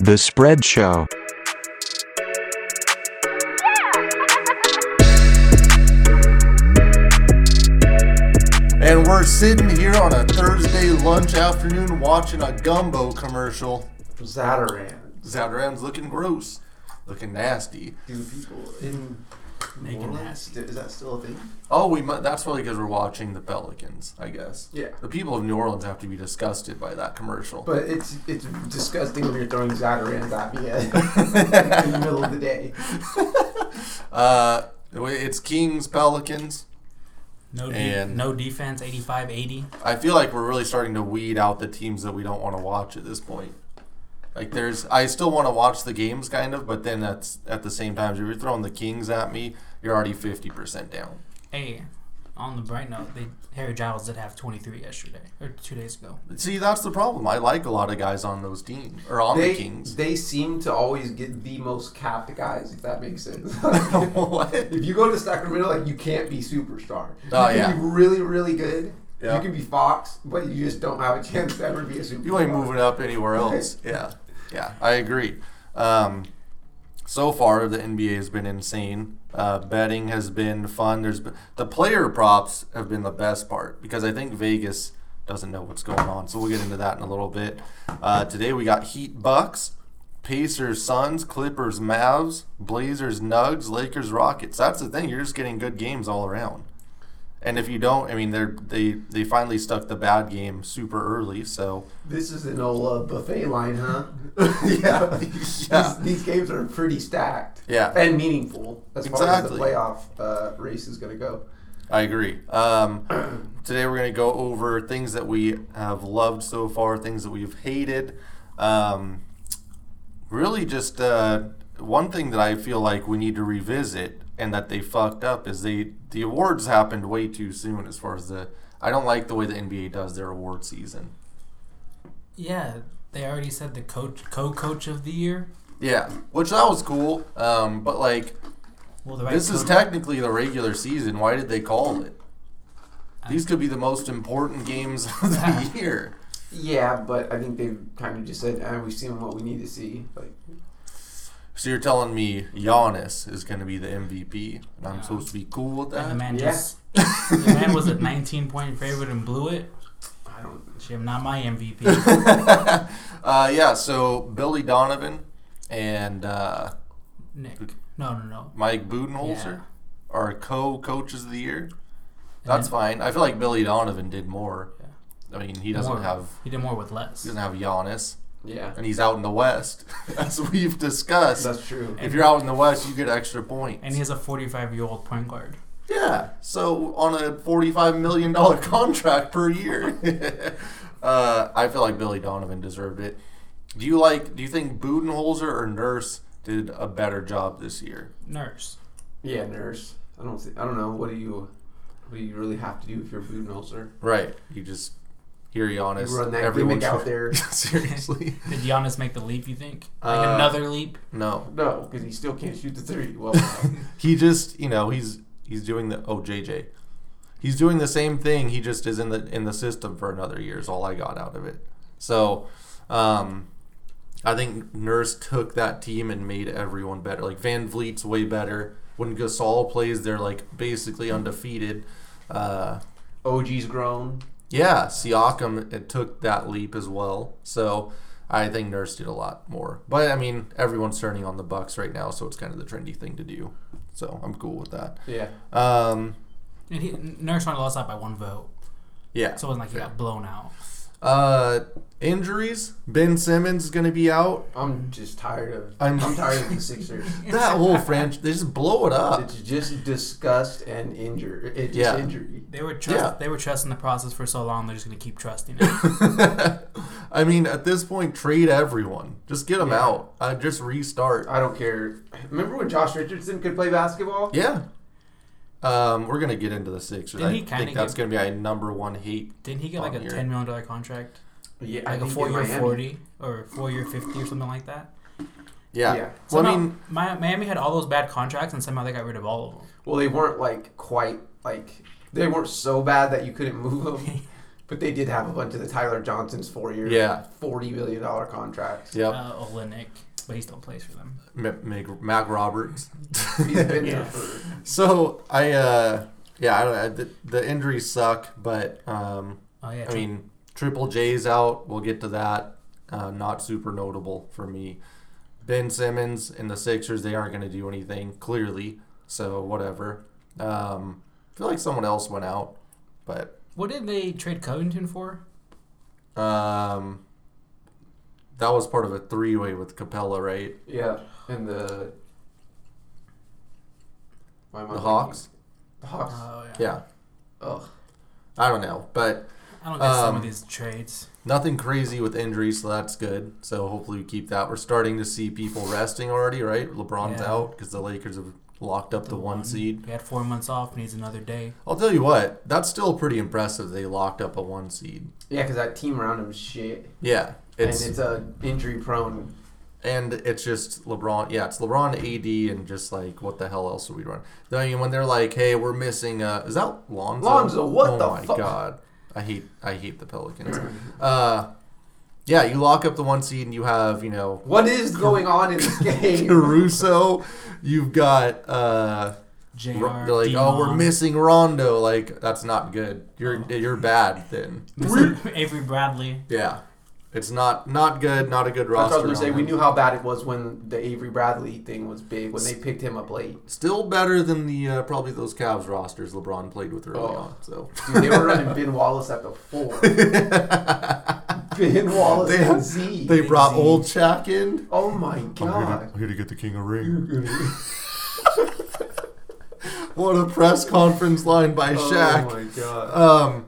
The Spread Show. And we're sitting here on a Thursday lunch afternoon watching a gumbo commercial. Zataran. Zouderan's looking gross, looking nasty. Dude, people in Make New it Orleans, nasty. is that still a thing? Oh, we might, that's probably because we're watching the Pelicans, I guess. Yeah. The people of New Orleans have to be disgusted by that commercial. But it's it's disgusting when you're throwing Zatarans at me at- in the middle of the day. uh, it's Kings Pelicans. No, de- And- no defense, 85 80. I feel like we're really starting to weed out the teams that we don't want to watch at this point. Like there's, I still want to watch the games kind of, but then that's at the same time, if you're throwing the Kings at me, you're already fifty percent down. Hey, on the bright note, they, Harry Giles did have 23 yesterday, or two days ago. See, that's the problem. I like a lot of guys on those teams or on They the Kings. they seem to always get the most capped guys, if that makes sense. What? If you go to Sacramento, like you can't be superstar. Oh, you yeah. can be really, really good. Yeah. You can be Fox, but you just don't have a chance to ever be a superstar. You ain't moving up anywhere else. Yeah, yeah, I agree. Um, so far, the NBA has been insane. Uh, betting has been fun. There's been, the player props have been the best part because I think Vegas doesn't know what's going on. So we'll get into that in a little bit. Uh, today we got Heat Bucks, Pacers Suns, Clippers Mavs, Blazers Nugs, Lakers Rockets. That's the thing. You're just getting good games all around. And if you don't, I mean, they're they they finally stuck the bad game super early. So This is an Ola buffet line, huh? Yeah. These- Yeah. These, games are pretty stacked. Yeah. And meaningful as far as the Exactly. playoff uh, race is going to go. I agree. Um, today we're going to go over things that we have loved so far, things that we've hated. Um, really, just uh, one thing that I feel like we need to revisit and that they fucked up is they the awards happened way too soon. As far as the, I don't like the way the NBA does their award season. Yeah, they already said the coach, co-coach of the year. Yeah, which that was cool. Um, but like, Well, the right this is coach- technically the regular season. Why did they call it? These could be the most important games of the year. Yeah, but I think they've kind of just said, ah, we've seen what we need to see. Like, So you're telling me Giannis is going to be the MVP, and I'm Yeah. supposed to be cool with And the that? man Yeah. just the man was a 19 point favorite and blew it. I don't. Jim, not my MVP. uh, yeah. So Billy Donovan and uh, Nick. No, no, no. Mike Budenholzer Yeah. are co-coaches of the year. And That's fine. I feel like Billy Donovan did more. I mean, he doesn't More. have He did more with he less. doesn't have Giannis, Yeah. and he's out in the West, as we've discussed. That's true. if you're out in the West, you get extra points. And he has a 45 year old point guard. Yeah. So on a forty-five million dollar contract per year, uh, I feel like Billy Donovan deserved it. Do you like? Do you think Budenholzer or Nurse did a better job this year? Nurse. Yeah, nurse. I don't see, I don't know. What do you. What do you really have to do if you're Budenholzer? Right. You just here, You Giannis. run that everyone's gimmick out there. Seriously. Did Giannis make the leap, you think? Like Uh, another leap? No. No, because he still can't shoot the three. Well, He just, you know, he's he's doing the oh JJ. He's doing the same thing. He just is in the in the system for another year. Is all I got out of it. So, um, I think Nurse took that team and made everyone better. Like Van Vliet's way better. When Gasol plays, they're like basically undefeated. Uh, OG's grown. yeah, Siakam it took that leap as well. So I think Nurse did a lot more. But I mean, everyone's turning on the Bucks right now, so it's kind of the trendy thing to do. So I'm cool with that. Yeah. Um, And he, Nurse only lost out by one vote. yeah. So it wasn't like he got blown out. Uh, injuries. Ben Simmons is gonna be out. I'm just tired of. I'm- I'm tired of the Sixers. That whole franchise, they just blow it up. It's just disgust and injury. It's Uh, Yeah. just injury. They were trust, Yeah. they were trusting the process for so long. They're just gonna keep trusting it. I mean, at this point, trade everyone. Just get them Yeah. out. Uh, just restart. I don't care. Remember when Josh Richardson could play basketball? Yeah. Um, we're gonna get into the Sixers. Didn't I he kinda think that's get- gonna be my number one hate. Didn't he get like Oh, a yeah. ten million dollar contract, Yeah, like a four year forty or four year fifty or something like that? Yeah. Yeah. Well, Somehow, I mean, Mi- Miami had all those bad contracts, and somehow they got rid of all of them. Well, they weren't like quite like they weren't so bad that you couldn't move them. But they did have a bunch of the Tyler Johnson's four year, Yeah. forty million dollar contracts. Yep. Uh, Olenek, but he still plays for them. M- Mac, Mac Roberts. He's been Yeah. there for So I, uh, yeah, I don't know. The, the injuries suck, but um, Oh yeah, I mean, Triple J's out. We'll get to that. Uh, not super notable for me. Ben Simmons and the Sixers, they aren't going to do anything, clearly. So, whatever. Um, I feel like someone else went out, but what did they trade Covington for? um, that was part of a three way with Capella, right? yeah. And the why am I The blanking? Hawks? The Hawks. Oh yeah. Yeah. Ugh. I don't know. But I don't get some Um, of these trades. nothing crazy with injuries, so that's good. So, hopefully, we keep that. We're starting to see people resting already, right? LeBron's Yeah. out because the Lakers have locked up the, one seed. He had four months off. Needs another day. I'll tell you what, that's still pretty impressive. They locked up a one seed. Yeah, because that team around him is shit, Yeah, it's and it's a injury prone. and it's just LeBron. Yeah, it's LeBron, AD, and just like what the hell else are we running? I mean, when they're like, "Hey, we're missing," uh, is that Lonzo? Lonzo, what oh the my fuck? god, I hate I hate the Pelicans. uh, yeah, you lock up the one seed, and you have you know What is going on in this game? Caruso. You've got uh, Jr. Ro- they're like, "Oh, we're Dion, missing Rondo." Like that's not good. You're you're bad then. Avery Bradley. Yeah, it's not not good. Not a good I was roster. going to say on we them. knew how bad it was when the Avery Bradley thing was big when they picked him up late. Still better than the uh, probably those Cavs rosters LeBron played with early Oh. on. So Dude, they were running Ben Wallace at the four. ben Wallace They- and Z. they brought Z. old Shaq in. oh my god. get the king of ring. What a press conference line by Oh Shaq. my god. Um,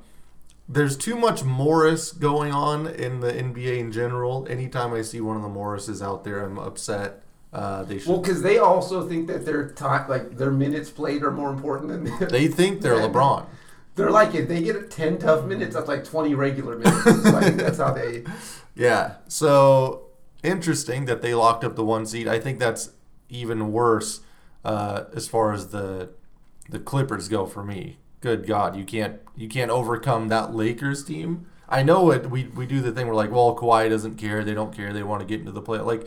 there's too much Morris going on in the NBA in general. Anytime I see one of the Morrises out there, I'm upset. Uh, they should. Well, because they also think that their time, like their minutes played, are more important than their, they think they're Yeah. LeBron. they're like if they get ten tough minutes, that's like twenty regular minutes. So I think that's how they. Yeah. So interesting that they locked up the one seed. I think that's even worse uh, as far as the the Clippers go for me. Good God, you can't you can't overcome that Lakers team. I know it. We we do the thing. We're like, well, Kawhi doesn't care. They don't care. They want to get into the play. Like,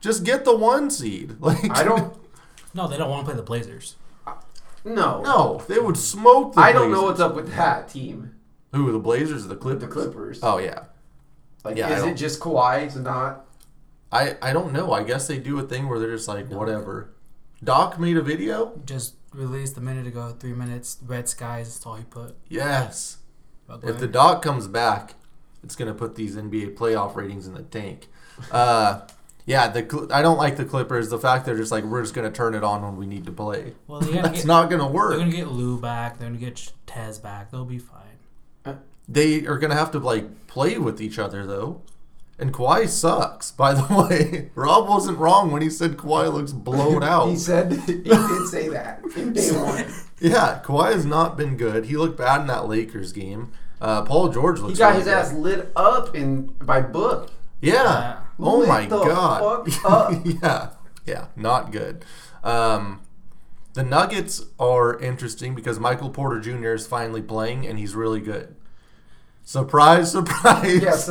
just get the one seed. Like, I don't. No, they don't want to play the Blazers. No. know. They would smoke. the I don't know Blazers. what's up with that team. who the Blazers or the With Clippers. the Clippers. Oh yeah. like, yeah, I is don't- it just Kawhi to not? I I don't know. I guess they do a thing where they're just like whatever. Doc made a video. Just released a minute ago. Three minutes. Red skies. That's all he put. Yes. About If the Glenn. doc comes back, it's gonna put these NBA playoff ratings in the tank. Uh, yeah, the Cl- I don't like the Clippers. The fact they're just like we're just gonna turn it on when we need to play. well, they gotta That's get, not gonna they're work. gonna get Lou back. They're gonna get Tez back. They'll be fine. They are gonna have to like play with each other though. And Kawhi sucks, by the way. Rob wasn't wrong when he said Kawhi looks blown He out. said he did say that in day one. yeah, Kawhi has not been good. He looked bad in that Lakers game. Uh, Paul George looks. He got really his good. ass lit up in by book. Yeah. Yeah. Oh Lit my the god. fuck up. yeah. Yeah. Not good. Um, the Nuggets are interesting because Michael Porter Jr. is finally playing and he's really good. Surprise, surprise. Yes,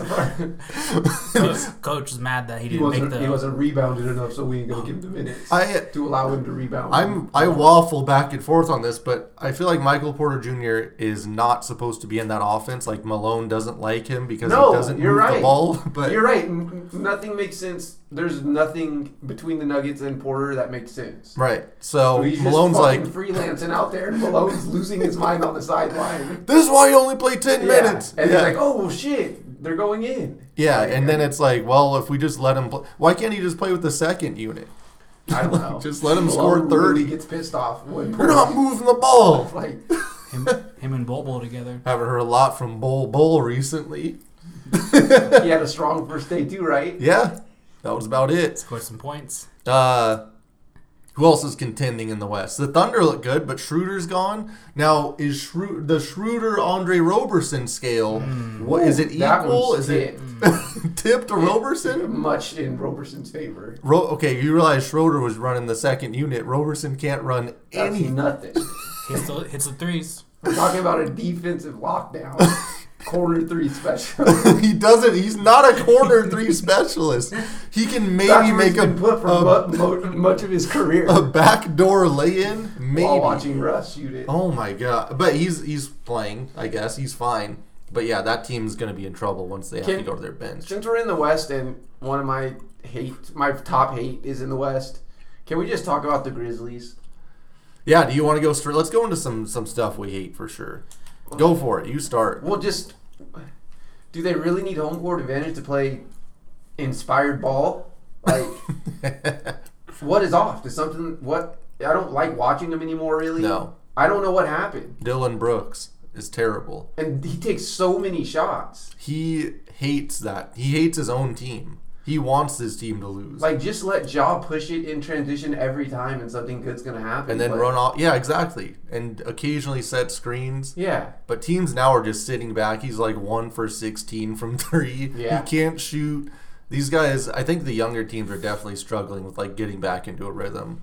Coach, coach is mad that he he didn't make wasn't. the. He wasn't rebounded enough, so we ain't gonna give him the minutes I to allow him to rebound. I'm I waffle back and forth on this, but I feel like Michael Porter Jr. is not supposed to be in that offense. Like Malone doesn't like him because No, he doesn't you're move the right. ball. But You're right. N- n- Nothing makes sense. There's nothing between the Nuggets and Porter that makes sense. right, so he's Malone's just like, fucking freelancing out there, and Malone's losing his mind on the sideline. "This is why you only play ten Yeah. minutes." and Yeah. he's like, "Oh well, shit, they're going in." Yeah, Like, and then it's like, well, if we just let him play, why can't he just play with the second unit? I don't know. Just let him Malone score really 30. gets pissed off when We're not moving the ball. like him, him and Bobo together. Haven't heard a lot from Bull Bull recently. he had a strong first day too, right? Yeah, that was about it. Scored some points. Uh, who else is contending in the West? The Thunder look good, but Schroeder's gone. Now is Schro- the Schroeder Andre Roberson scale? What is it Hmm. That equal? Is one's it tipped. tipped to Roberson? Much in Roberson's favor. Ro- okay, you realize Schroeder was running the second unit. Roberson can't run That's any nothing. He still hits the threes. We're talking about a defensive lockdown. corner three special. he doesn't. He's not a corner three specialist. He can maybe Doctor make a, been put for a, mu- mo- much of his career a backdoor lay in. Maybe. while watching Russ shoot it. Oh my god! But he's he's playing. I guess he's fine. But yeah, that team's gonna be in trouble once they have to Can- go to their bench. Since we're in the West and one of my hate, my top hate is in the West, can we just talk about the Grizzlies? Yeah. Do you want to go straight? Let's go into some some stuff we hate for sure. Go for it. You start. Well, just do they really need home court advantage to play inspired ball? Like, what is off? Is something what I don't like watching them anymore. Really, No. I don't know what happened, Dylan Brooks is terrible. and he takes so many shots. He hates that. He hates his own team. He wants his team to lose. Like, just let Jaw push it in transition every time, and something good's gonna happen. and then Like, run off. Yeah, exactly. And occasionally set screens. Yeah, But teams now are just sitting back. He's like one for 16 from three. Yeah. He can't shoot. These guys, I think the younger teams are definitely struggling with like getting back into a rhythm.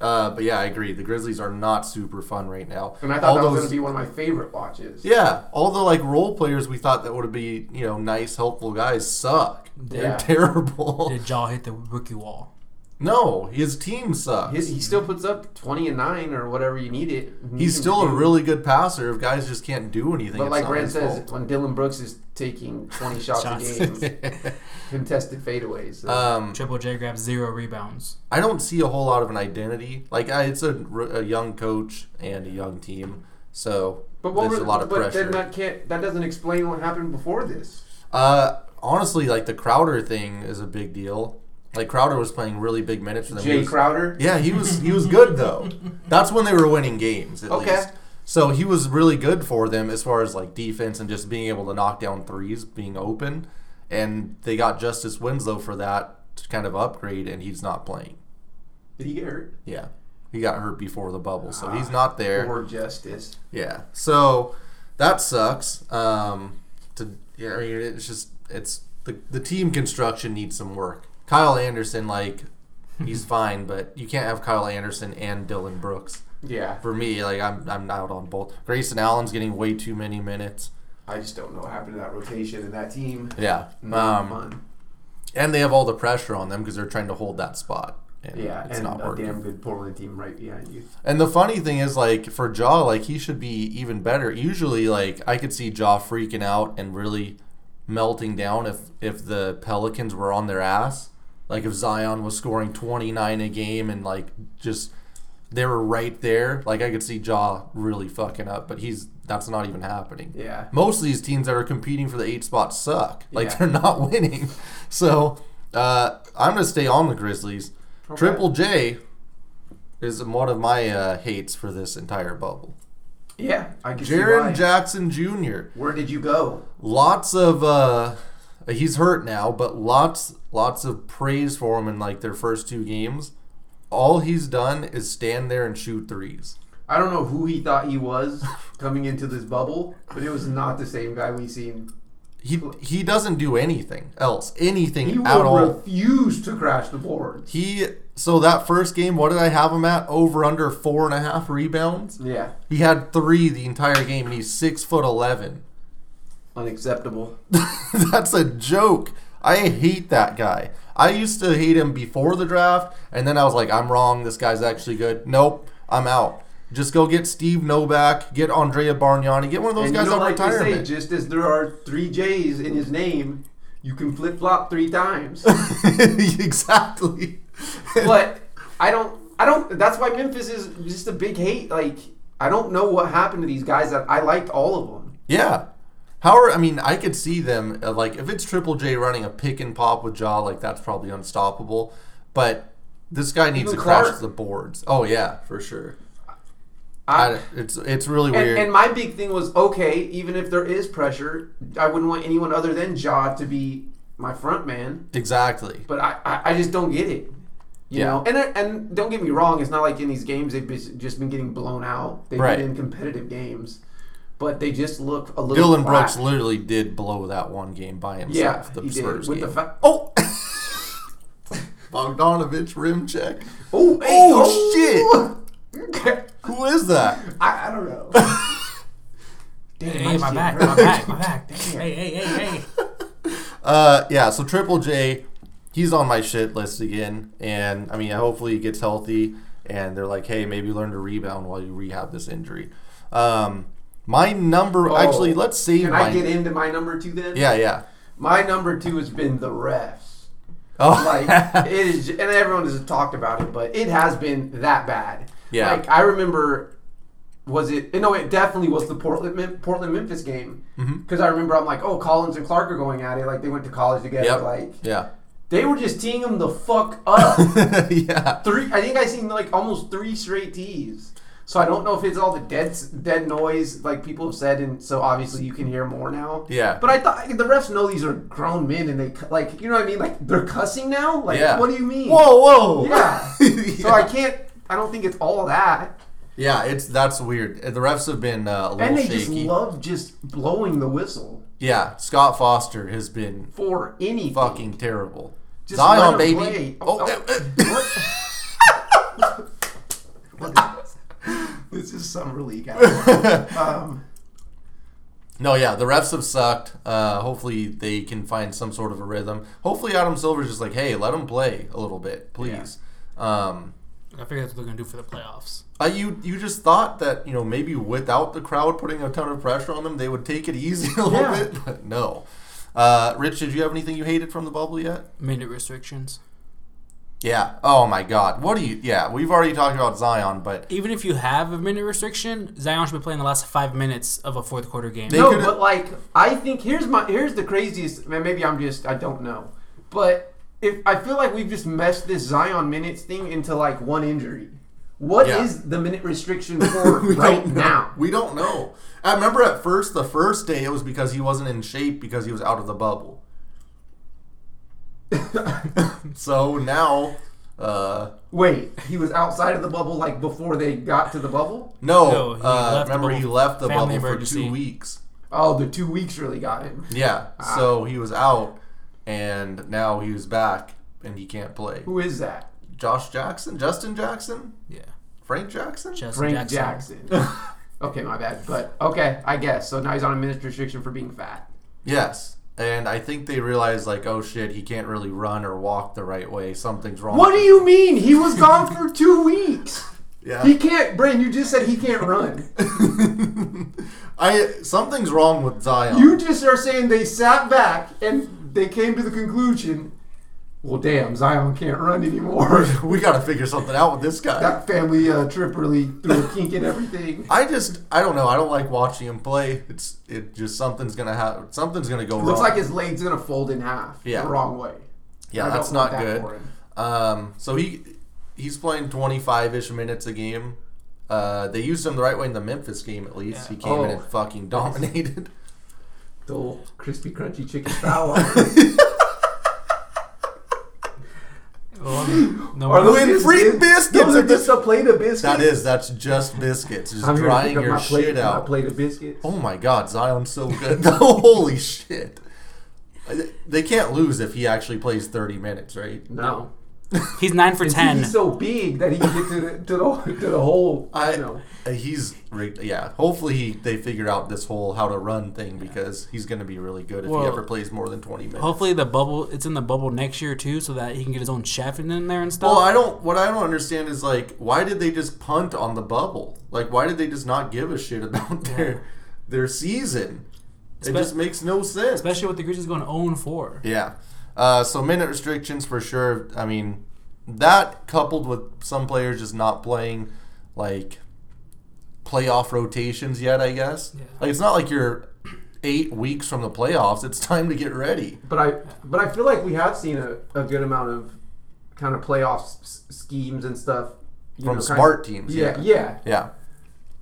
Uh, but yeah, I agree. The Grizzlies are not super fun right now. and I thought All that was those- gonna be one of my favorite watches. yeah, all the like role players we thought that would be you know nice, helpful guys suck. They're Yeah. terrible. Did Jaw hit the rookie wall? No, his team sucks. His, he still puts up 20 and 9 or whatever you need it. You He's can still a do- really good passer. If guys just can't do anything, But it's like not Brand his says, fault. when Dylan Brooks is taking 20 shots, Shots. a game, contested fadeaways. So. um, Triple J grabs zero rebounds. I don't see a whole lot of an identity. Like I, it's a, r- a young coach and a young team, so but what there's were- a lot of but pressure. Then that can't. That doesn't explain what happened before this. uh, honestly, like the Crowder thing is a big deal. Like Crowder was playing really big minutes for them. He Jay was- Crowder. Yeah, he was he was good though. That's when they were winning games at Okay. least. So he was really good for them as far as like defense and just being able to knock down threes, being open, and they got Justice Winslow for that to kind of upgrade, and he's not playing. Did he get hurt? Yeah, he got hurt before the bubble, so he's Ah, not there. Or Justice. Yeah, so that sucks. Um, to yeah, I mean, it's just it's the the team construction needs some work. Kyle Anderson, like, he's fine, but you can't have Kyle Anderson and Dylan Brooks. Yeah, For me, like, I'm I'm out on both. Grayson Allen's getting way too many minutes. I just don't know what happened to that rotation and that team. Yeah, Not um, fun. and they have all the pressure on them because they're trying to hold that spot. And Yeah, it's and not a working. damn good Portland team right behind you. And the funny thing is, like for Jaw, like he should be even better. Usually, like I could see Jaw freaking out and really melting down if if the Pelicans were on their ass. Like if Zion was scoring 29 a game and like just they were right there. Like I could see Jaw really fucking up, but he's that's not even happening. Yeah, Most of these teams that are competing for the eight spot suck. Like Yeah. they're not winning. So uh, I'm gonna stay on the Grizzlies. Okay. Triple J is one of my uh, hates for this entire bubble. yeah. I can see why. Jaron Jackson Jr. Where did you go? Lots of uh, he's hurt now, but lots lots of praise for him in like their first two games. All he's done is stand there and shoot threes. I don't know who he thought he was coming into this bubble, but it was not the same guy we seen. He he doesn't do anything else, anything He would at all. refuse to crash the boards. He so that first game, what did I have him at? Over under four and a half rebounds. Yeah, He had three the entire game, and he's six foot eleven. unacceptable. That's a joke. I hate that guy. I used to hate him before the draft, and then I was like, I'm wrong. This guy's actually good. Nope, I'm out. Just go get Steve Novak, get Andrea Bargnani, get one of those and guys you know, out like of they retirement. say, just as there are three J's in his name, you can flip flop three times. exactly. but I don't. I don't. That's why Memphis is just a big hate. Like I don't know what happened to these guys. That I liked all of them. Yeah. How are I mean I could see them uh, like if it's Triple J running a pick and pop with Jaw like that's probably unstoppable, but this guy needs Even to crash Clark. the boards. Oh yeah, for sure. I, I, it's it's really And, weird. and my big thing was okay, even if there is pressure, I wouldn't want anyone other than Ja to be my front man. exactly. But I, I, I just don't get it. You Yeah. know, and I- and don't get me wrong, it's not like in these games they've bes- just been getting blown out. They've Right. been in competitive games, but they just look a little. Dylan flat. Brooks literally did blow that one game by yeah, himself. the he did Spurs with game. the fa- oh, Bogdanovich rim check. oh, Oh, shit! Who is that? I, I don't know. Damn, Hey, nice my dude. back, my back, my back. Hey, hey, hey, hey. Uh, yeah. So Triple J, he's on my shit list again, and I mean, hopefully he gets healthy, and they're like, hey, maybe learn to rebound while you rehab this injury. Um, my number, Oh, actually, let's save Can my. I get into my number two then? yeah, yeah. My number two has been the refs. Oh, Like it is, and everyone has talked about it, but it has been that bad. Yeah. Like I remember, was it? No, it definitely was the Portland Mem- Portland Memphis game Mm-hmm. because I remember I'm like, oh, Collins and Clark are going at it. Like they went to college together. Yep. Like yeah. they were just teeing them the fuck up. yeah. three. I think I seen like almost three straight tees. So I don't know if it's all the dead dead noise like people have said, and so obviously you can hear more now. Yeah. But I thought the refs know these are grown men, and they cu- like you know what I mean. Like they're cussing now. Like yeah. what do you mean? Whoa, whoa. Yeah. So Yeah. I can't. I don't think it's all that. Yeah, it's that's weird. The refs have been uh, a little And they shaky. just love just blowing the whistle yeah, Scott Foster has been for anything. fucking terrible. Just let Zion, 'em baby. play. Oh, Oh, What? this is summer league. uh, hour. um, no, yeah, the refs have sucked. Uh, hopefully, they can find some sort of a rhythm. Hopefully, Adam Silver's just like, hey, let them play a little bit, please. Um, I figure that's what they're gonna do for the playoffs. uh, you you just thought that you know maybe without the crowd putting a ton of pressure on them, they would take it easy a little Yeah. bit, but no. Uh, Rich, did you have anything you hated from the bubble yet? Minute restrictions. Yeah. Oh my God. What do you? Yeah, we've already talked about Zion, but Even if you have a minute restriction, Zion should be playing the last five minutes of a fourth quarter game. They- no, could've- but like I think here's my here's the craziest. Man, maybe I'm just I don't know, but if I feel like we've just meshed this Zion minutes thing into like one injury. What is Yeah. the minute restriction for right don't know. now? we don't know. I remember at first the first day it was because he wasn't in shape because he was out of the bubble. so now, uh, Wait, he was outside of the bubble like before they got to the bubble. no. No, he uh, left the remember he bubble- left the family bubble for emergency. two weeks. Oh, the two weeks really got him. Yeah. Ah. So he was out, and now he was back, and he can't play. Who is that? Josh Jackson, Justin Jackson, yeah. Frank Jackson. Justin Frank Jackson. okay, my bad. But okay, I guess. So now he's on a minute restriction for being fat. Yes. And I think they realized, like, oh shit, he can't really run or walk the right way. Something's wrong. What do you mean? He was gone for two weeks. Yeah. He can't, Brain. You just said he can't run. I something's wrong with Zion. You just are saying they sat back and they came to the conclusion. Well, damn, Zion can't run anymore. we got to figure something out with this guy. that family uh, trip really threw a kink in everything. I just I don't know. I don't like watching him play. It's it just something's gonna happen. Something's gonna go wrong. Looks like his leg's gonna fold in half Yeah. the wrong way. yeah, I that's don't want not that good. for him. Um, so he he's playing 25 ish minutes a game. Uh, they used him the right way in the Memphis game at least. Yeah. He came in Oh. and fucking dominated. The old crispy, crunchy chicken salad. Well, no Are more- those just free bis- biscuits Those are at the- just a plate of biscuits. That is that's just biscuits, just I'm here to pick drying up your my plate, shit My out. plate of biscuits. Oh my god, Zion's so good. Holy shit. I- They can't lose if he actually plays 30 minutes, right? No. He's nine for And see, ten. He's so big that he can get to the to the, to the hole. I you know. uh, he's re- yeah. Hopefully he, they figure out this whole how to run thing because he's going to be really good if Well, he ever plays more than 20 minutes. Hopefully the bubble it's in the bubble next year too, so that he can get his own chef in there and stuff. Well, I don't. What I don't understand is like, why did they just punt on the bubble? Like, why did they just not give a shit about their their season? It Espe- just makes no sense. Especially with the Grizzlies going 0 4. Yeah. Uh, so minute restrictions for sure. I mean, that coupled with some players just not playing like playoff rotations yet. I guess. Yeah. Like it's not like you're eight weeks from the playoffs. It's time to get ready. But I but I feel like we have seen a, a good amount of kind of playoff s- s- schemes and stuff you From know, kind smart of- teams, Yeah, yeah. yeah. Yeah.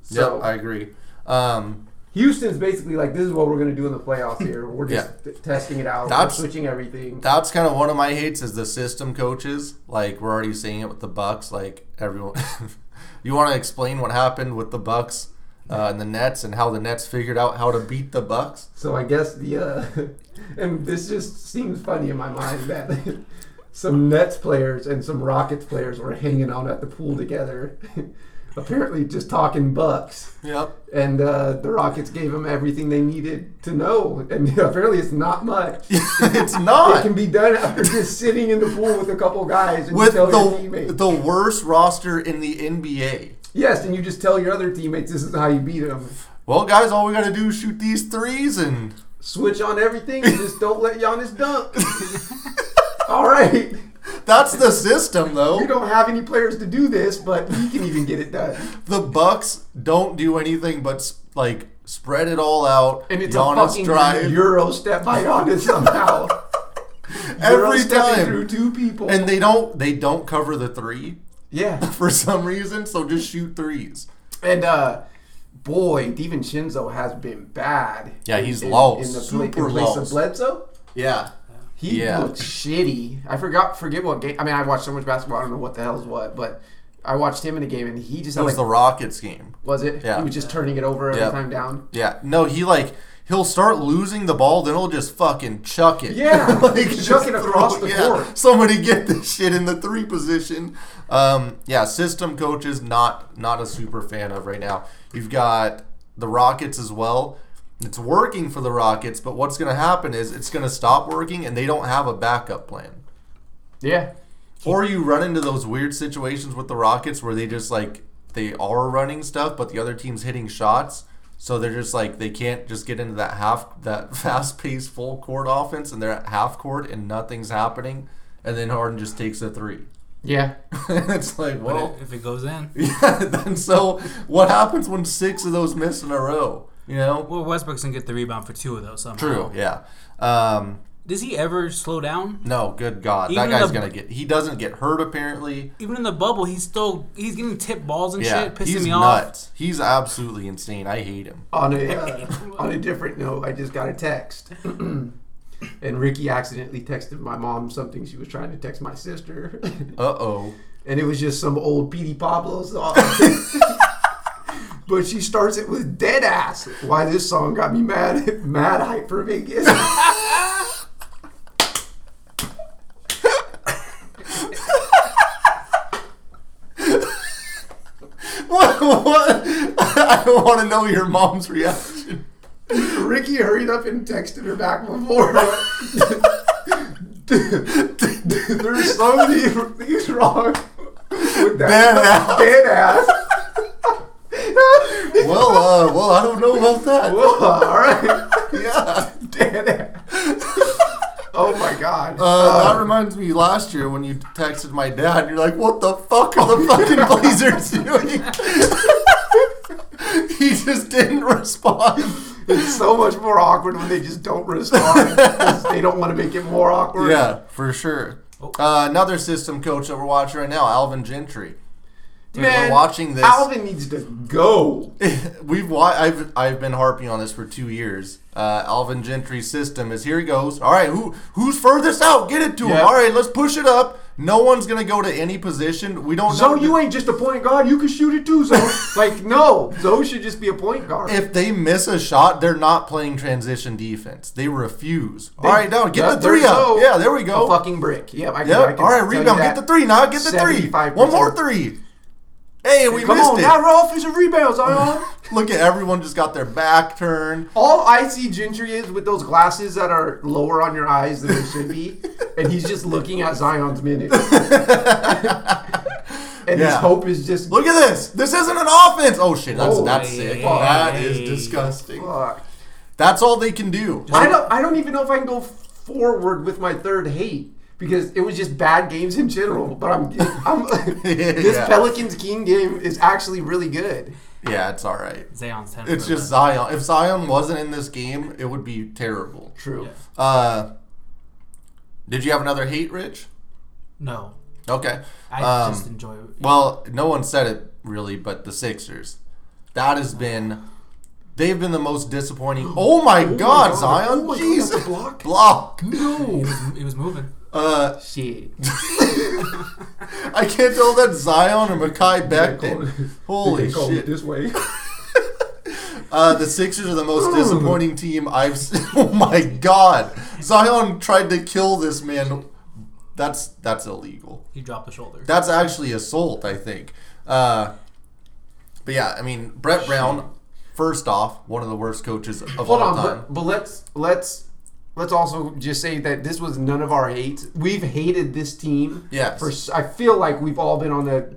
So yep. I agree. Um, Houston's basically like, this is what we're going to do in the playoffs here. We're just t- testing it out, we're That's- switching everything. that's kind of one of my hates is the system coaches. Like we're already seeing it with the Bucks. Like everyone, you want to explain what happened with the Bucks uh, and the Nets and how the Nets figured out how to beat the Bucks. So I guess the uh, and this just seems funny in my mind that some Nets players and some Rockets players were hanging out at the pool together, apparently just talking bucks. Yep. And uh, the Rockets gave him everything they needed to know. And apparently it's not much. it's It not can be done after just sitting in the pool with a couple guys and you with tell your the teammates. the worst roster in the NBA. yes, and you just tell your other teammates this is how you beat them. Well, guys, all we gotta do is shoot these threes, and Switch on everything and just don't let Giannis dunk. All right. that's the system, You though. don't have any players to do this, but we can even get it done. The Bucks don't do anything but s- like spread it all out. And it's a Giannis fucking drive, Euro step by Giannis somehow. Euro Every stepping time. through two people. and they don't they don't cover the three yeah, for some reason. So just shoot threes. and uh, boy, DiVincenzo has been bad. Yeah, he's in, lost. in the pla- Super in place lost. of Bledsoe. Yeah. He Yeah. looked shitty. I forgot forget what game. I mean, I watched so much basketball. I don't know what the hell's what, but I watched him in a game and he just That had, was like the Rockets game. was it? Yeah. He was just turning it over every Yeah. time down. Yeah. No, he like he'll start losing the ball, then he'll just fucking chuck it. Yeah, just chuck it across the court. Somebody get this shit in the three position. Um, yeah, system coaches not not a super fan of right now. You've got the Rockets as well. It's working for the Rockets, but what's going to happen is it's going to stop working, and they don't have a backup plan. Yeah. Or you run into those weird situations with the Rockets where they just like they are running stuff, but the other team's hitting shots, so they're just like they can't just get into that half that fast paced full court offense, and they're at half court and nothing's happening, and then Harden just takes a three. Yeah. it's like But well, if- if it goes in. yeah. Then so what happens when six of those miss in a row? You know, Well, Westbrook's gonna get the rebound for two of those somehow. true, yeah. Um, Does he ever slow down? no, good God, Even that guy's the- gonna get. He doesn't get hurt apparently. Even in the bubble, he's still he's getting tip balls and Yeah, shit, pissing he's me off. nuts. He's absolutely insane. I hate him. On a uh, on a different note, I just got a text, and Ricky accidentally texted my mom something she was trying to text my sister, Uh oh. and it was just some old Petey Pablo song. but she starts it with "dead ass." Why this song got me mad, mad hype for Vegas. What? what? I want to know your mom's reaction. Ricky hurried up and texted her back before. There's so many things wrong with Dead that ass. dead ass. Well, uh, well, I don't know about that. Whoa, all right, Yeah. dead ass. Oh my god. Uh, that reminds me last year when you texted my dad, you're like, what the fuck are the fucking Blazers doing? he just didn't respond. it's so much more awkward when they just don't respond. 'cause they don't want to make it more awkward. Yeah, for sure. Oh. Uh, another system coach that we're watching right now, Alvin Gentry. Dude, Man, we're watching this. Alvin needs to go. We've wa- I've I've been harping on this for two years. Uh, Alvin Gentry's system is here. He goes. All right, who who's furthest out? Get it to Yeah. him. All right, let's push it up. No one's gonna go to any position. We don't Zo, know you ain't just a point guard. You can shoot it too, Zo. like, no. Zo should just be a point guard. if they miss a shot. They're not playing transition defense. They refuse. all right, now get That- the three there's up. Zo, yeah, there we A go. fucking brick. Yeah, I can, I Yep. can All right, tell you rebound. that. Get the three now. Get the three. 75%. One more three. Hey, we Come missed on, it. now we're offensive rebounds, Zion. Look at everyone just got their back turned. All I see Gentry is with those glasses that are lower on your eyes than they should be, and he's just looking at Zion's minutes. and his Yeah. hope is just Look at this. This isn't an offense. Oh shit, that's Oh, that's hey, sick. fuck. That is Hey. disgusting. fuck. That's all they can do. I don't. I don't even know if I can go forward with my third hate because it was just bad games in general. But I'm, I'm this Yeah. Pelicans King game is actually really good. Yeah, it's all right. Zion's ten. It's just Zion. If Zion wasn't in this game, it would be terrible. True. Yeah. Uh, did you have another hate, Rich? no. Okay. I Um, just enjoy. it. Well, no one said it really, but the Sixers. That has been. They've been the most disappointing. Oh my my God, God. Zion! Oh my God, Jesus, that's a block. block. It was, it was moving. Uh, Shit. I can't tell that Zion or Makai Becton. Holy They called it shit! This way. Uh, the Sixers are the most disappointing team I've. s- Oh my God, Zion tried to kill this man. That's that's illegal. He dropped the shoulder. That's actually assault. I think. Uh, But yeah, I mean, Brett Brown, first off, one of the worst coaches of all Hold on, time. but, but let's let's let's also just say that this was none of our hate. We've hated this team. Yes. For s- I feel like we've all been on the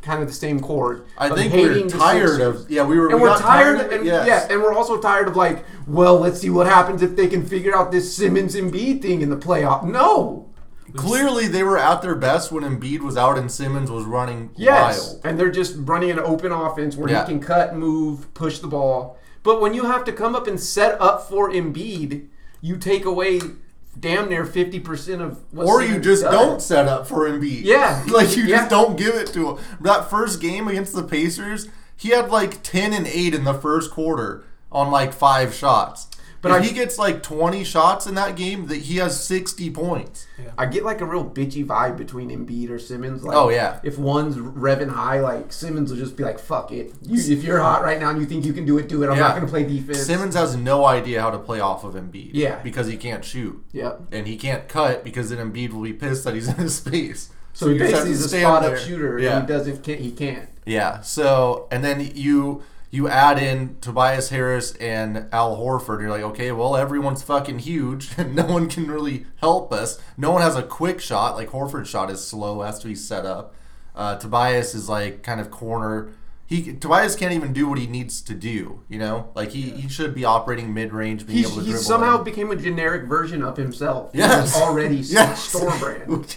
kind of the same chord. I of think we're hating the tired Sixers. of. Yeah, we were. And we we are got tired, of it, and yes. yeah, and we're also tired of like, well, let's see what happens if they can figure out this Simmons Embiid thing in the playoff. No, Clearly, they were at their best when Embiid was out and Simmons was running Yes, wild. and they're just running an open offense where Yeah. he can cut, move, push the ball. But when you have to come up and set up for Embiid, you take away damn near fifty percent of. What Or you Simmons just does. don't set up for Embiid. Yeah. like you Yeah. just don't give it to him. That first game against the Pacers, he had like ten and eight in the first quarter on like five shots. But But if I- he gets like twenty shots in that game, that he has sixty points. I get like a real bitchy vibe between Embiid or Simmons. Like, Oh, yeah. if one's revving high, like Simmons will just be like, "Fuck it." You, if you're hot right now and you think you can do it, do it. I'm Yeah. not going to play defense. Simmons has no idea how to play off of Embiid. Yeah. because he can't shoot. Yep. and he can't cut because then Embiid will be pissed that he's in his space. So he you just have basically to is a stand spot up there. shooter. Yeah, And he doesn't. Can't, he can't. yeah. So and then you you add in Tobias Harris and Al Horford. You're like, okay, well everyone's fucking huge and no one can really help us. No one has a quick shot. Like Horford's shot is slow, has to be set up. Uh, Tobias is like kind of corner. He Tobias can't even do what he needs to do. You know, like he, he should be operating mid range, being He, able to he dribble. somehow in. became a generic version of himself. Yes. He was already Yes. store brand.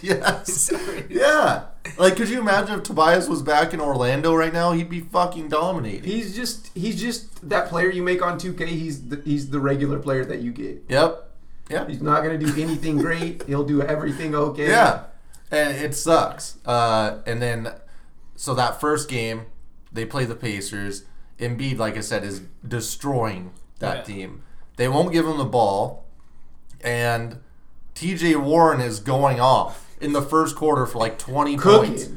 yes. Yeah. Like, could you imagine if Tobias was back in Orlando right now? He'd be fucking dominating. He's just he's just that player you make on 2K. He's the, he's the regular player that you get. Yep. Yep. He's not gonna do anything great. He'll do everything okay. Yeah. And it sucks. Uh, and then, so that first game, they play the Pacers. Embiid, like I said, is destroying that Yeah. team. They won't give him the ball. And TJ Warren is going off in the first quarter for like 20 Cooking. points.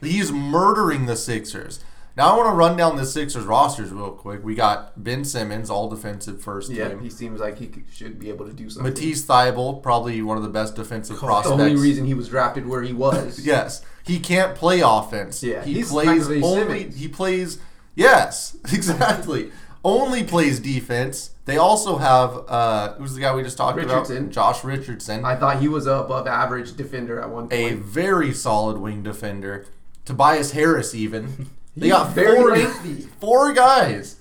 He's murdering the Sixers. Now I want to run down the Sixers rosters real quick. We got Ben Simmons, all defensive first Yeah, he team. seems like he could, should be able to do something. Matisse Thybulle, probably one of the best defensive the prospects. only reason he was drafted where he was. Yes, he can't play offense. Yeah, he he's plays practically only. Simmons. He plays. Yes, exactly. only plays defense. They also have uh, who's the guy we just talked Richardson. about? Josh Richardson, I thought he was a above average defender at one a point. very solid wing defender. Tobias Harris, even. They He's got very four, lengthy. four guys.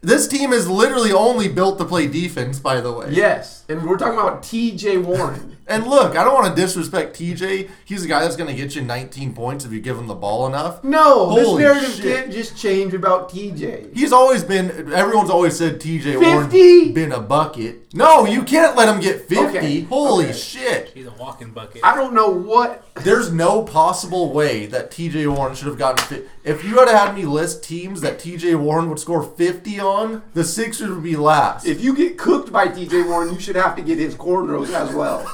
This team is literally only built to play defense, by the way. yes, and we're talking about T.J. Warren. And look, I don't want to disrespect TJ. He's a guy that's going to get you 19 points if you give him the ball enough. No, Holy this narrative shit. can't just change about T.J. He's always been. Everyone's always said TJ 50? Warren been a bucket. No, you can't let him get 50. Okay, Holy okay. shit! He's a walking bucket. I don't know what There's no possible way that TJ Warren should have gotten. Fi- if you had had me list teams that TJ Warren would score 50 on, the Sixers would be last. If you get cooked by DJ Warren, you should have to get his cornrows as well.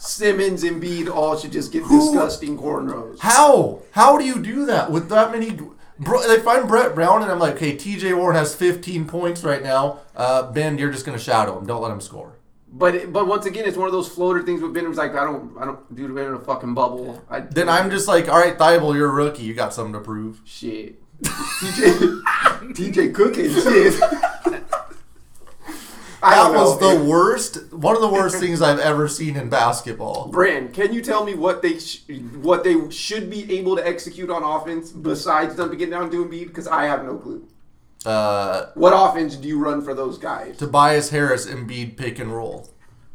Simmons and Bede all should just get disgusting cornrows. How? How do you do that with that many? Bro, they find Brett Brown, and I'm like, okay, TJ Warren has 15 points right now. Uh, ben, you're just going to shadow him. Don't let him score. But it, but once again, it's one of those floater things with Ben. Who's like, I don't I don't do it in a fucking bubble. I, Then I'm just like, all right, Thibault, you're a rookie. You got something to prove. shit. TJ TJ cooking shit. I That don't know. was the worst, one of the worst things I've ever seen in basketball. Brand, can you tell me what they sh- what they should be able to execute on offense besides them getting down to Embiid? Because I have no clue. Uh, What offense do you run for those guys? Tobias Harris, Embiid pick and roll.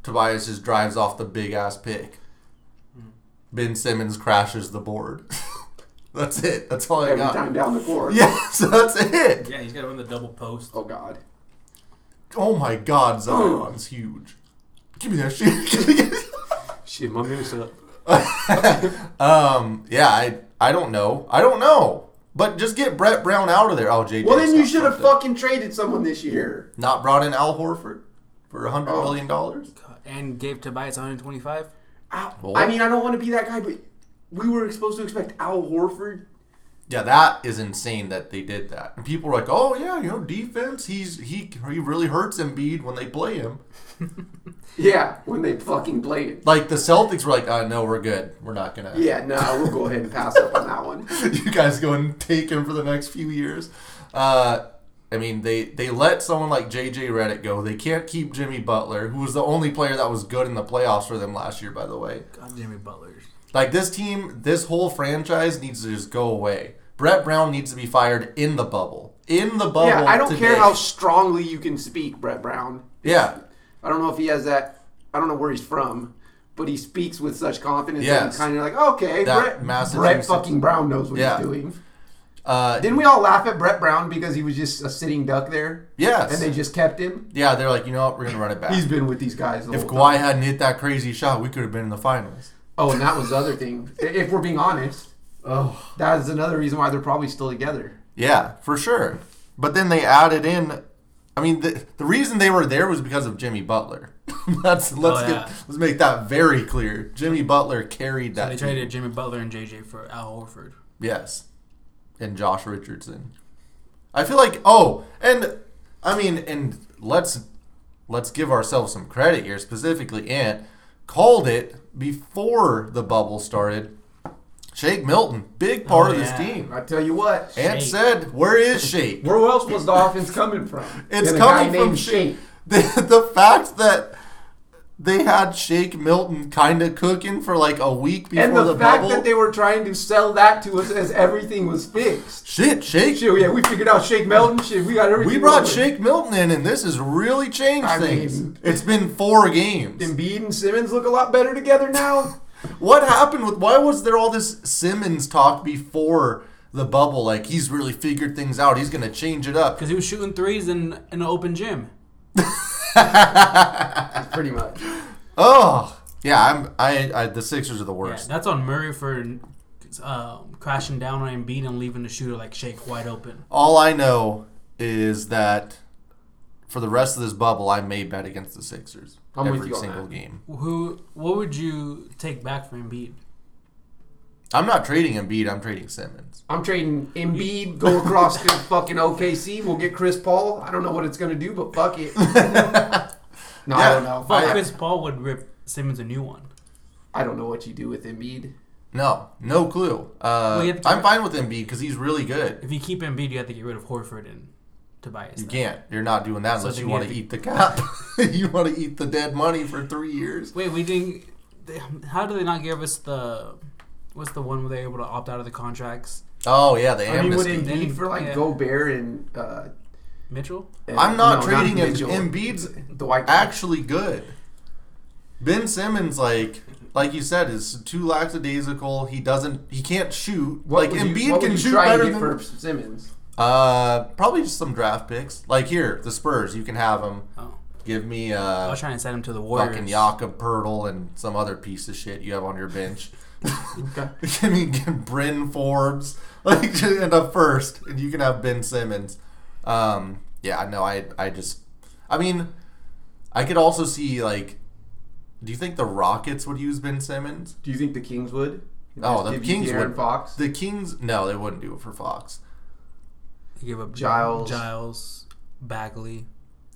Tobias just drives off the big ass pick. Ben Simmons crashes the board. that's it. That's all I every got. time down the court. Yes, that's it. Yeah, he's got to run the double post. Oh God. Oh my God, Zion's huge. Give me that shit. Shit, my mood's up. um, yeah, I, I don't know. I don't know. But just get Brett Brown out of there. Oh, JJ. Well, then you Scott should have Thompson. fucking traded someone this year. not brought in Al Horford for a hundred million dollars. And gave Tobias 125. Ow. Well- I mean, I don't want to be that guy, but we were supposed to expect Al Horford Yeah, that is insane that they did that. And people are like, "Oh yeah, you know, defense. He's he he really hurts Embiid when they play him." Yeah, when they fucking play it. Like the Celtics were like, "Uh, no, we're good. We're not gonna." Yeah, no, we'll go ahead and pass up on that one. you guys go and take him for the next few years. Uh, I mean, they they let someone like JJ Reddick go. They can't keep Jimmy Butler, who was the only player that was good in the playoffs for them last year, by the way. God, Jimmy Butler. Like this team, this whole franchise needs to just go away. Brett Brown needs to be fired in the bubble. In the bubble. Yeah, I don't care today. how strongly you can speak, Brett Brown. Yeah, I don't know if he has that. I don't know where he's from, but he speaks with such confidence. Yes. and kind of like, okay, That Brett, Brett Massachusetts- fucking Brown knows what Yeah. he's doing. uh, Didn't we all laugh at Brett Brown because he was just a sitting duck there? Yes. And they just kept him? yeah. They're like, you know what? We're gonna run it back. He's been with these guys the if whole time. Kawhi hadn't hit that crazy shot, we could have been in the finals. Oh, and that was the other thing. I- If we're being honest, Oh, that is another reason why they're probably still together. yeah, for sure. But then they added in. I mean, the, the reason they were there was because of Jimmy Butler. let's let's Oh, yeah. get let's make that very clear. Jimmy Butler carried that. They team. traded Jimmy Butler and JJ for Al Horford. Yes. And Josh Richardson. I feel like oh, and I mean, and let's let's give ourselves some credit here. Specifically, Ant called it before the bubble started. Shake Milton, big part Oh, of this yeah. team. I tell you what, Ant Shake. said, "Where is Shake? where else was the offense coming from? It's Than a coming guy from named Shake. The, the fact that." They had Shake Milton kind of cooking for like a week before And the, the, fact bubble. that they were trying to sell that to us as everything was fixed. Shit, Shake Shit, yeah, we figured out Shake Melton. Shit, we got everything. We brought rolling. Shake Milton in, and this has really changed I things. mean- it's been four games. Embiid and Simmons look a lot better together now. What happened with why was there all this Simmons talk before the bubble? Like he's really figured things out. He's gonna change it up. Because he was shooting threes in, in an open gym. Pretty much. Oh yeah, I'm I, I the Sixers are the Yeah, worst. that's on Murray for um, crashing down on Embiid and leaving the shooter like shake wide open. All I know is that for the rest of this bubble, I may bet against the Sixers I'm with every you on single that. game. Who? What would you take back from Embiid? I'm not trading Embiid. I'm trading Simmons. I'm trading Embiid, go across to fucking OKC. We'll get Chris Paul. I don't know what it's gonna do, but fuck it. no, I don't know. Fuck, I- Chris Paul would rip Simmons a new one. I don't know what you do with Embiid. No, no clue. Uh, Well, you have to- I'm fine with Embiid because he's really good. If you keep Embiid, you have to get rid of Horford and Tobias. You can't. You're not doing that unless then you you want to have to- eat the cap. you want to eat the dead money for three years. Wait, we didn't. They, how do they not give us the? What's the one where they're able to opt out of the contracts? Oh yeah, the I mean, would amnesty. Embiid Then- for like yeah. Gobert and? Uh, Mitchell. and- I'm not trading him. Mitchell. Embiid's Dwight. actually good. Ben Simmons, like like you said, is too lackadaisical. He doesn't. He can't shoot. like would you- Embiid what would can you shoot try better to get than. for Simmons. Uh, probably just some draft picks. Like here, the Spurs. You can have him. Oh, Give me I uh, was trying to send him to the Warriors. fucking Jakob Pertl and some other piece of shit you have on your bench. Okay. I mean, get Bryn Forbes like just end up first, and you can have Ben Simmons. Um, yeah, no, I I just, I mean, I could also see like, do you think the Rockets would use Ben Simmons? Do you think the Kings would? Oh, Just the give you Kings De'Aaron would. Fox. The Kings? No, they wouldn't do it for Fox. You give up Giles. Giles, Bagley,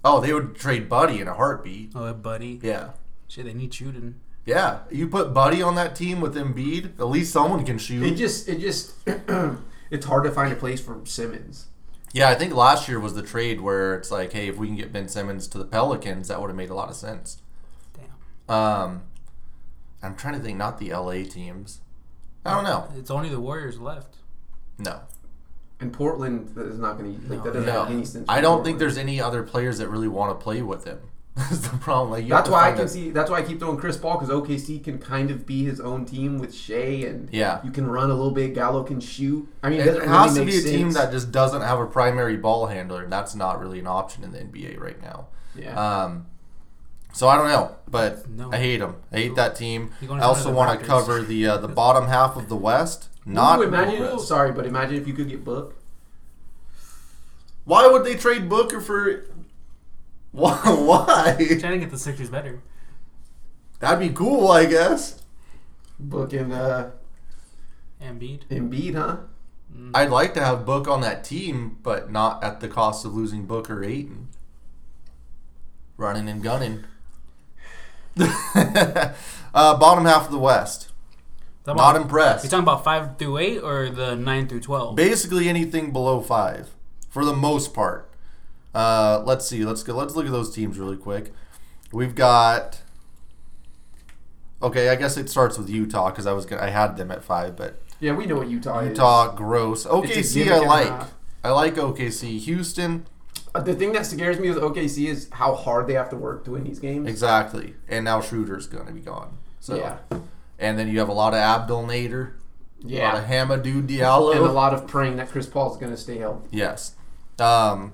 Oh, they would trade Buddy in a heartbeat. oh Buddy. Yeah, Shit, they need shooting. yeah. You put Buddy on that team with Embiid, at least someone can shoot. It just, it just, it's hard to find a place for Simmons. Yeah, I think last year was the trade where it's like, hey, if we can get Ben Simmons to the Pelicans, that would have made a lot of sense. Damn. Um, I'm trying to think, not the LA teams. I don't know. It's only the Warriors left. No, And Portland is not going to like that doesn't no. make any sense. I for don't think Portland. there's any other players that really want to play with him. That's the problem. Like you have That's to why I find can a- see. That's why I keep throwing Chris Paul because OKC can kind of be his own team with Shea and Yeah. you can run a little bit. Gallo can shoot. I mean, It, it, doesn't really has to make be a sense. team that just doesn't have a primary ball handler, and that's not really an option in the NBA right now. yeah. Um, so I don't know, but No. I hate them. I hate that team. You're going I to also the want to Raptors. cover the uh, the bottom half of the West. Not Ooh, imagine. impressed. Sorry, but imagine if you could get Book. Why would they trade Booker for? Why? Why? Trying to get the Sixers better. That'd be cool, I guess. Book and uh, Embiid. Embiid, huh? Mm. I'd like to have Book on that team, but not at the cost of losing Book or Aiton. Running and gunning. uh, bottom half of the West. Talking Not about- impressed. You talking about five through eight or the nine through twelve? basically anything below five for the most part. Uh, let's see. Let's go. Let's look at those teams really quick. We've got. Okay, I guess it starts with Utah because I was gonna, I had them at five, but Yeah, we know what Utah, is. Utah gross. OKC I given like. amount. I like OKC. Houston Uh, The thing that scares me with OKC is how hard they have to work to win these games. exactly, and now Schroeder's gonna be gone. So Yeah. and then you have a lot of Abdul Nader, a lot Yeah. of Hamadou Diallo, And a lot of praying that Chris Paul's going to stay healthy. Yes. Um,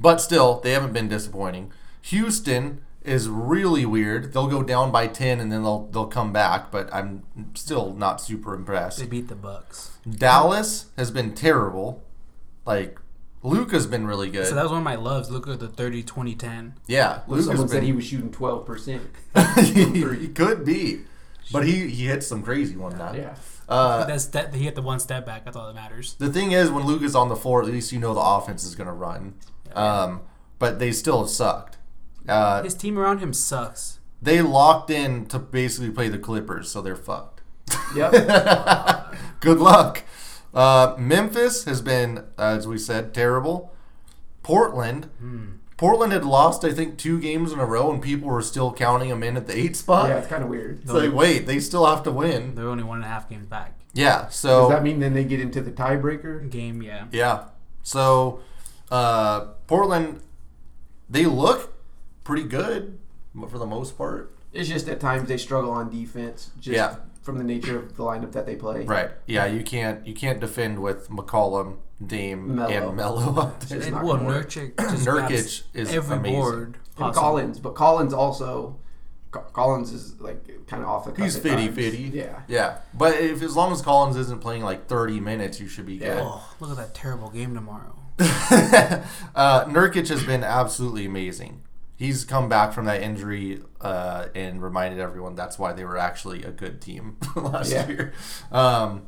but still, they haven't been disappointing. Houston is really weird. They'll go down by 10 and then they'll they'll come back, but I'm still not super They impressed. beat the Bucks. Dallas has been terrible. Like Luca's been really good. So that was one of my loves. Look at the 30, 20, 10. yeah, Someone Luca's said he been was shooting 12%. he could be. But he he hits some crazy one now. Yeah. Uh, That's that he hit the one step back. That's all that matters. the thing is, when Luca's on the floor, at least you know the offense is going to run. Um, but they still have sucked. Uh, His team around him sucks. they locked in to basically play the Clippers, so they're fucked. Yep. Good luck. Uh, Memphis has been, as we said, terrible. Portland, Hmm. Portland had lost, I think, two games in a row, and people were still counting them in at the eight spot. yeah, it's kind of weird. It's like, wait, they still have to win. They're only one and a half games back. Yeah. Does So that mean then they get into the tiebreaker? Game, yeah. yeah. So uh, Portland, they look pretty good for the most part. It's just at times they struggle on defense, just Yeah. from the nature of the lineup that they play. Right. Yeah, you can't you can't defend with McCollum, Dame, Melo. and Mello up there. It's And, not well, gonna work. Nurkic just Nurkic grabs is every amazing. board. And possible. Collins, but Collins also, Co- Collins is like kind of off the. cuff He's at fitty times. fitty. Yeah. Yeah. But if as long as Collins isn't playing like thirty minutes, you should be good. Oh, look at that terrible game tomorrow. uh, Nurkic has been absolutely amazing. He's come back from that injury uh, and reminded everyone that's why they were actually a good team last Yeah. year. Um,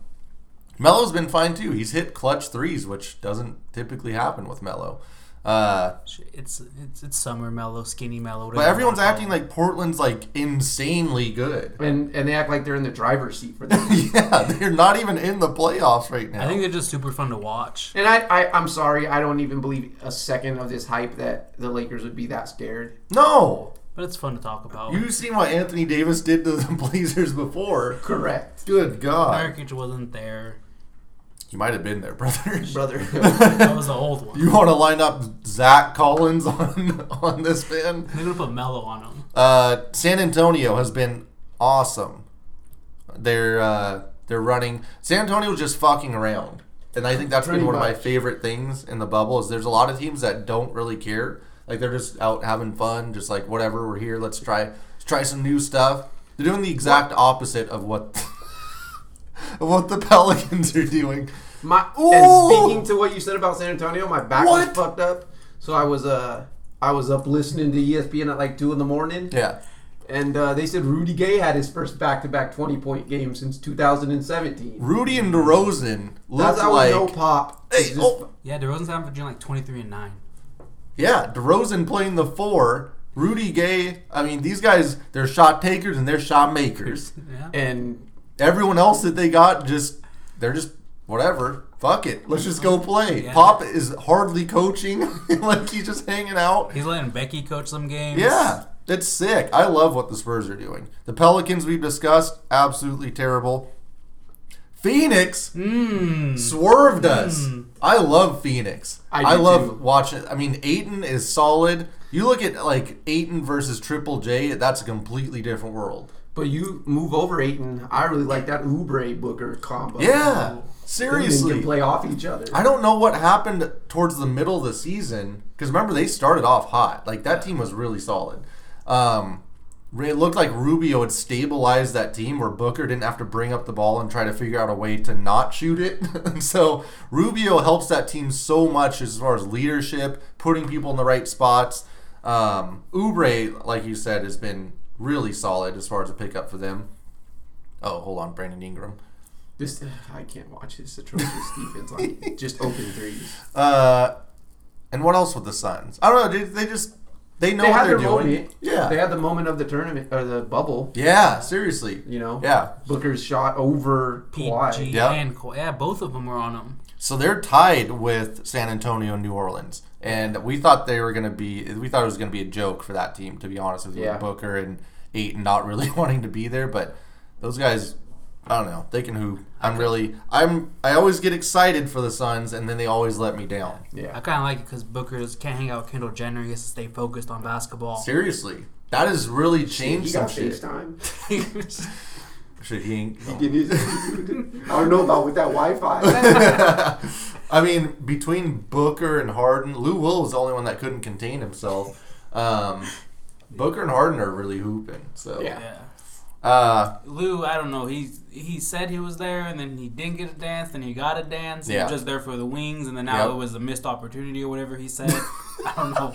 Melo's been fine too. He's hit clutch threes, which doesn't typically happen with Melo. Uh, It's it's it's summer mellow, skinny mellow. But everyone's acting like Portland's like insanely good. And and they act like they're in the driver's seat for that. yeah, they're not even in the playoffs right now. I think they're just super fun to watch. and I, I I'm sorry, I don't even believe a second of this hype that the Lakers would be that scared. no, But it's fun to talk about. you've seen what Anthony Davis did to the Blazers before. Correct, Good God, Nurkic wasn't there. you might have been there, brother. brother. That was the old one. You want to line up Zach Collins on on this man? They're gonna put Mello on him. Uh, San Antonio has been awesome. They're uh, they're running. San Antonio was just fucking around, and I think that's been Pretty one of my much. favorite things in the bubble. Is there's a lot of teams that don't really care, like they're just out having fun, just like whatever. We're here. Let's try let's try some new stuff. They're doing the exact opposite of what of what the Pelicans are doing. My Ooh. and speaking to what you said about San Antonio, my back What? was fucked up, so I was uh I was up listening to E ESPN at like two in the morning, Yeah, and uh, they said Rudy Gay had his first back-to-back 20-point game since 2017. Rudy and DeRozan look That's how like we know Pop. Hey, is just oh. Yeah, DeRozan's averaging like twenty three and nine. Yeah, DeRozan playing the four. Rudy Gay. I mean, these guys, they're shot takers and they're shot makers. Yeah. and Everyone else that they got, just they're just whatever. Fuck it. Let's just go play. Yeah. Pop is hardly coaching. like he's just hanging out. He's letting Becky coach some games. Yeah, that's sick. I love what the Spurs are doing. The Pelicans we've discussed, absolutely terrible. Phoenix Mm. swerved us. I love Phoenix. Hmm. I I, do love too. watching. I mean, Aiton is solid. You look at like Aiton versus Triple J. That's a completely different world. but you move over Aiton. I really like that Oubre Booker combo. Yeah, Them men can seriously. play off each other. I don't know what happened towards the middle of the season because remember they started off hot. Like that team was really solid. Um, it looked like Rubio had stabilized that team where Booker didn't have to bring up the ball and try to figure out a way to not shoot it. And so Rubio helps that team so much as far as leadership, putting people in the right spots. Um, Ubre, like you said, has been really solid as far as a pickup for them. Oh, hold on, Brandon Ingram. This uh, I can't watch this atrocious defense on just open threes. Uh, and what else with the Suns? I don't know. Dude, they just they know they what had they're their doing. moment. Yeah. they had the moment of the tournament or the bubble. Yeah, seriously. You know, Yeah. Booker's shot over PG Kawhi. Yeah. and Kawhi. Yeah, both of them were on him. So they're tied with San Antonio and New Orleans. And we thought they were going to be, we thought it was going to be a joke for that team, to be honest with you, Yeah. with Booker and Aiton not really wanting to be there. But those guys, I don't know, they can hoop. I'm really, I'm, I always get excited for the Suns, and then they always let me down. I Yeah, kind of like it because Booker just can't hang out with Kendall Jenner. He has to stay focused on basketball. Seriously, that has really changed he some got shit. FaceTime. Should he? ain't- He can use it. I don't know about with that Wi-Fi. I mean, between Booker and Harden, Lou Will was the only one that couldn't contain himself. Um, Booker and Harden are really hooping. So, Yeah. yeah. uh, Lou, I don't know. He he said he was there, and then he didn't get a dance, and he got a dance. He Yeah. was just there for the wings, and then now Yep. it was a missed opportunity or whatever he said. I don't know.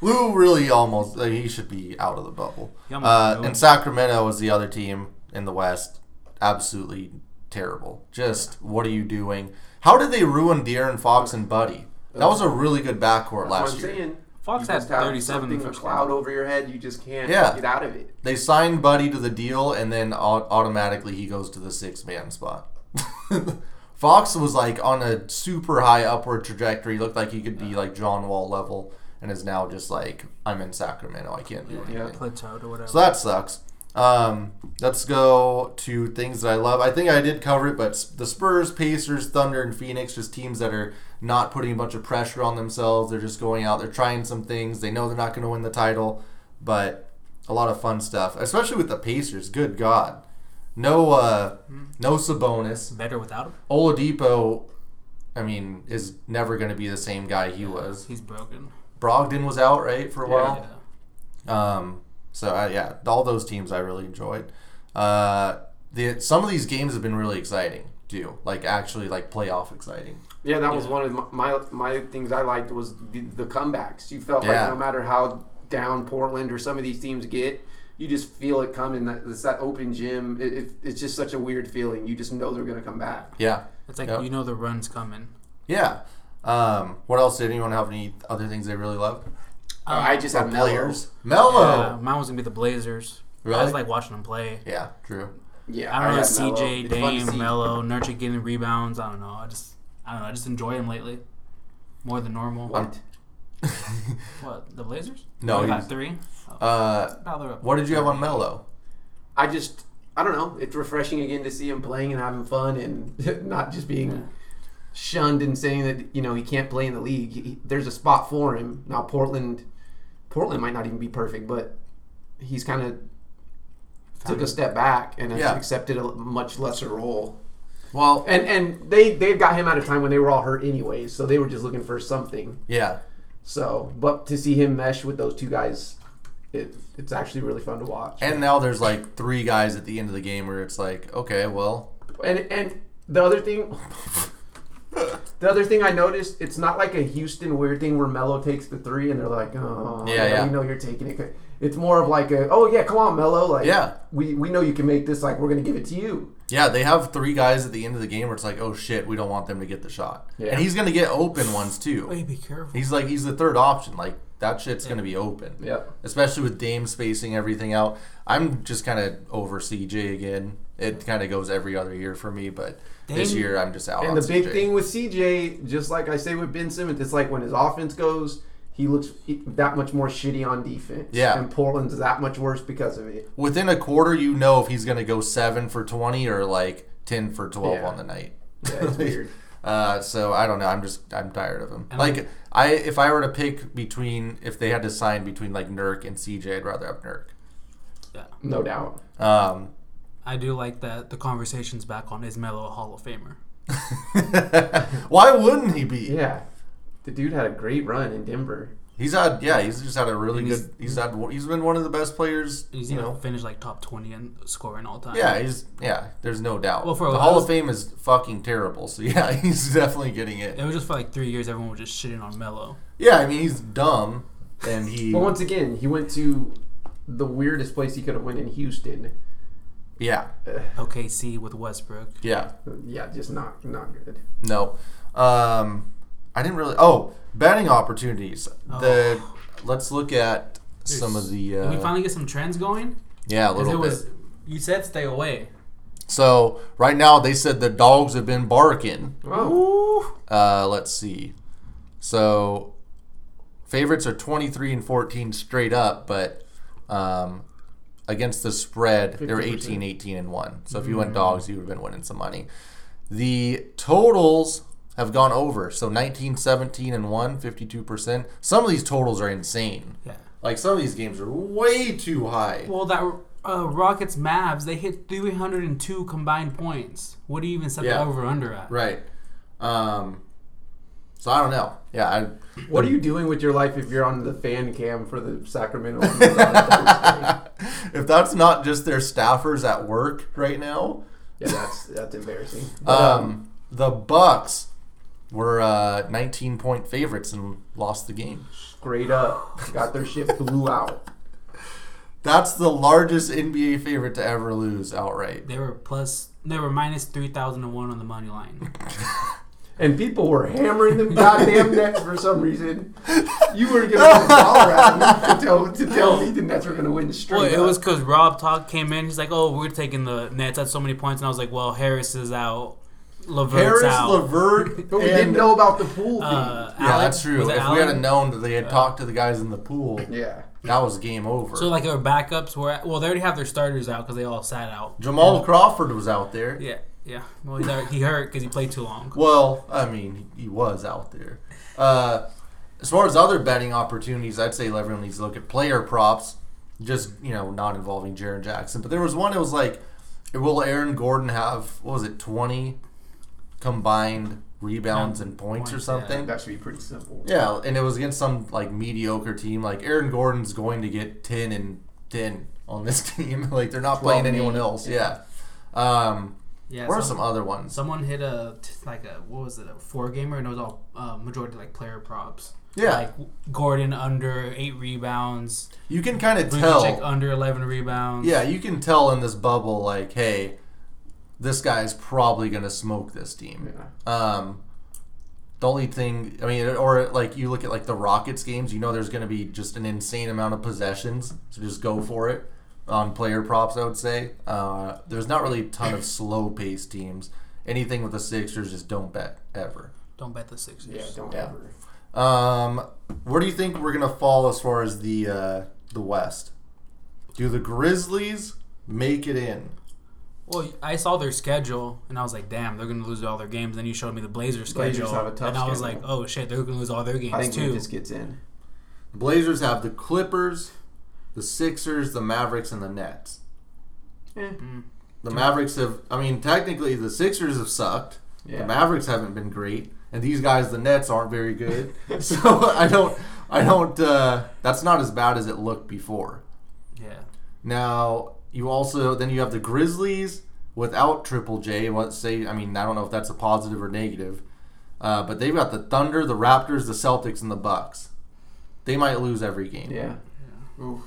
Lou really almost like, he should be out of the bubble. He almost Uh, blew and it. Sacramento was the other team in the West. Absolutely terrible. Just what are you doing? How did they ruin De'Aaron Fox and Buddy? That was a really good backcourt That's what last I'm year. saying. Fox You had just have 37 the Something a first cloud round. over your head. You just can't Yeah. get out of it. They signed Buddy to the deal, and then au- automatically he goes to the six man spot. Fox was like on a super high upward trajectory. Looked like he could be like John Wall level, and is now just like I'm in Sacramento. I can't do anything. Yeah. plateaued or whatever. So that sucks. Um, let's go to things that I love. I think I did cover it, but s- the Spurs, Pacers, Thunder, and Phoenix, just teams that are not putting a bunch of pressure on themselves. They're just going out, they're trying some things. They know they're not going to win the title, but a lot of fun stuff, especially with the Pacers. Good God. No, uh, no Sabonis. Better without him. Oladipo, I mean, is never going to be the same guy he was. He's broken. Brogdon was out, right, for a Yeah. while? Um, so uh, yeah, all those teams I really enjoyed. Uh, the some of these games have been really exciting too, like actually like playoff exciting. Yeah, that was Yeah. one of my, my my things I liked was the, the comebacks. You felt Yeah. like no matter how down Portland or some of these teams get, you just feel it coming. That it's that open gym. It, it, it's just such a weird feeling. You just know they're gonna come back. Yeah, It's like Yep. you know the run's coming. yeah. Um, what else did anyone have? Any other things they really loved? Uh, I just have Players, players. Yeah, Mello. mine was gonna be the Blazers. I Oh. Really? was like watching them play. Yeah, Drew. Yeah, I don't know, had CJ, Melo. It's fun to Dame, see. Melo, Nurkic getting rebounds. I don't know. I just, I don't know. I just enjoy him lately, more than normal. What? What, the Blazers? No, they he's- got three. uh, Now they're up. what did you have on Mello? I just I don't know. It's refreshing again to see him playing and having fun and not just being shunned and saying that you know he can't play in the league. He, there's a spot for him now. Portland, Portland might not even be perfect, but he's kind of took a step back and has Yeah. accepted a much lesser role. Well, And and they they got him out of time when they were all hurt anyways, so they were just looking for something. yeah, So, but to see him mesh with those two guys, it, it's actually really fun to watch. and now there's like three guys at the end of the game where it's like, okay, well, And and the other thing, the other thing I noticed, it's not like a Houston weird thing where Melo takes the three and they're like, oh, Yeah, yeah. we know you're taking it. It's more of like a, oh yeah, come on, Melo, like, Yeah. we we know you can make this. Like, we're gonna give it to you. Yeah, they have three guys at the end of the game where it's like, oh shit, we don't want them to get the shot. Yeah. And he's going to get open ones too. Hey, be careful. He's like, he's the third option. Like, that shit's going to be open. Yep. Especially with Dame spacing everything out. I'm just kind of over CJ again. It kind of goes every other year for me, but this Dame- year I'm just out. on And the big CJ. thing with CJ, just like I say with Ben Simmons, it's like when his offense goes, he looks that much more shitty on defense. Yeah. and Portland's that much worse because of it. Within a quarter, you know if he's going to go 7 for 20 or like 10 for 12 Yeah. on the night. Yeah, it's weird. Uh, so I don't know. I'm just I'm tired of him. And like I, if I were to pick between if they had to sign between like Nurk and CJ, I'd rather have Nurk. Yeah. No Mm. doubt. Um, I do like that the conversation's back on is Melo a Hall of Famer? why wouldn't he be? Yeah, the dude had a great run in Denver. He's had yeah. He's just had a really And he's- good. He's had he's been one of the best players. He's you gonna know. finish like top 20 in scoring all time. Yeah, he's yeah. There's no doubt. Well, for a the while- Hall of Fame is fucking terrible. So yeah, he's definitely getting it. It was just for like three years, everyone was just shitting on Melo. Yeah, I mean he's dumb, and he But once again, he went to the weirdest place he could have went in Houston, Yeah, OKC with Westbrook. yeah, Yeah, just not not good. no. Um, I didn't really. Oh, betting opportunities. The let's look at some of the. Uh, Can Oh. we finally get some trends going? yeah, a 'Cause little it bit. was you said stay away. So right now they said the dogs have been barking. Oh, Uh, let's see. So favorites are 23 and 14 straight up, but um, against the spread, they were 18, 18 and 1. So if you Mm. went dogs, you would have been winning some money. The totals have gone over. So 19, 17 and 1, 52%. Some of these totals are insane. Yeah. Like some of these games are way too high. Well, that uh, Rockets Mavs they hit 302 combined points. What do you even set Yeah. the over under at? Right. Um, so I don't know. Yeah, I what are you doing with your life if you're on the fan cam for the Sacramento? Kings on Thursday? if that's not just their staffers at work right now, yeah, that's that's embarrassing. But, um, the Bucks were uh, 19 point favorites and lost the game. straight up, got their shit blew out. That's the largest NBA favorite to ever lose outright. They were plus. They were minus three thousand to one on the money line. and people were hammering them goddamn necks for some reason. You were gonna put a dollar out to tell to tell me the Nets were gonna win straight. Well, it up. was because Rob Talk came in. He's like, "Oh, we're taking the Nets at so many points," and I was like, "Well, Harris is out, Levert's Harris, out." Levert, but we and- didn't know about the pool thing. uh, Allen, Yeah, that's true. was If it we Allen? had known that they had talked to the guys in the pool, Uh, yeah, that was game over. so like our backups were well, they already have their starters out because they all sat out. Jamal Crawford was out there. Yeah, yeah. Well, he's already, he hurt because he played too long. Well, I mean, he was out there. Uh, as far as other betting opportunities, I'd say everyone needs to look at player props, just you know, not involving Jaron Jackson. But there was one that was like, will Aaron Gordon have what was it, twenty combined rebounds and points or Points, something? Yeah. that should be pretty simple. and it was against some like mediocre team. Like Aaron Gordon's going to get ten and ten on this team. like they're not playing Twelve anyone maybe. else. Yeah. Um, Yeah. what are so- some other ones? Someone hit a t- like a what was it a four gamer and it was all uh, majority like player props. Yeah. Like Gordon under eight rebounds. You can kind of tell. Vucevic under eleven rebounds. Yeah, you can tell in this bubble, like, hey, this guy's probably gonna smoke this team. Yeah. Um, the only thing, I mean, or like you look at like the Rockets games, you know, there's gonna be just an insane amount of possessions, so just go for it on player props. I would say uh, there's not really a ton of slow paced teams. Anything with the Sixers, just don't bet ever. Don't bet the Sixers. Yeah, don't Yeah. ever. Um, where do you think we're gonna fall as far as the uh, the West? Do the Grizzlies make it in? Well, I saw their schedule and I was like, damn, they're gonna lose all their games. Then you showed me the Blazers Blazers schedule, have a tough and I was schedule. like, oh shit, they're gonna lose all their I games think too. Memphis gets in. Blazers have the Clippers, the Sixers, the Mavericks, and the Nets. Mm. The Mavericks have, I mean, technically the Sixers have sucked. Yeah. The Mavericks haven't been great, and these guys, the Nets, aren't very good. so I don't, I don't. Uh, that's not as bad as it looked before. Yeah, Now you also then you have the Grizzlies without Triple J. Let's say, I mean, I don't know if that's a positive or negative, uh, but they've got the Thunder, the Raptors, the Celtics, and the Bucks. They might lose every game. Yeah. Oof.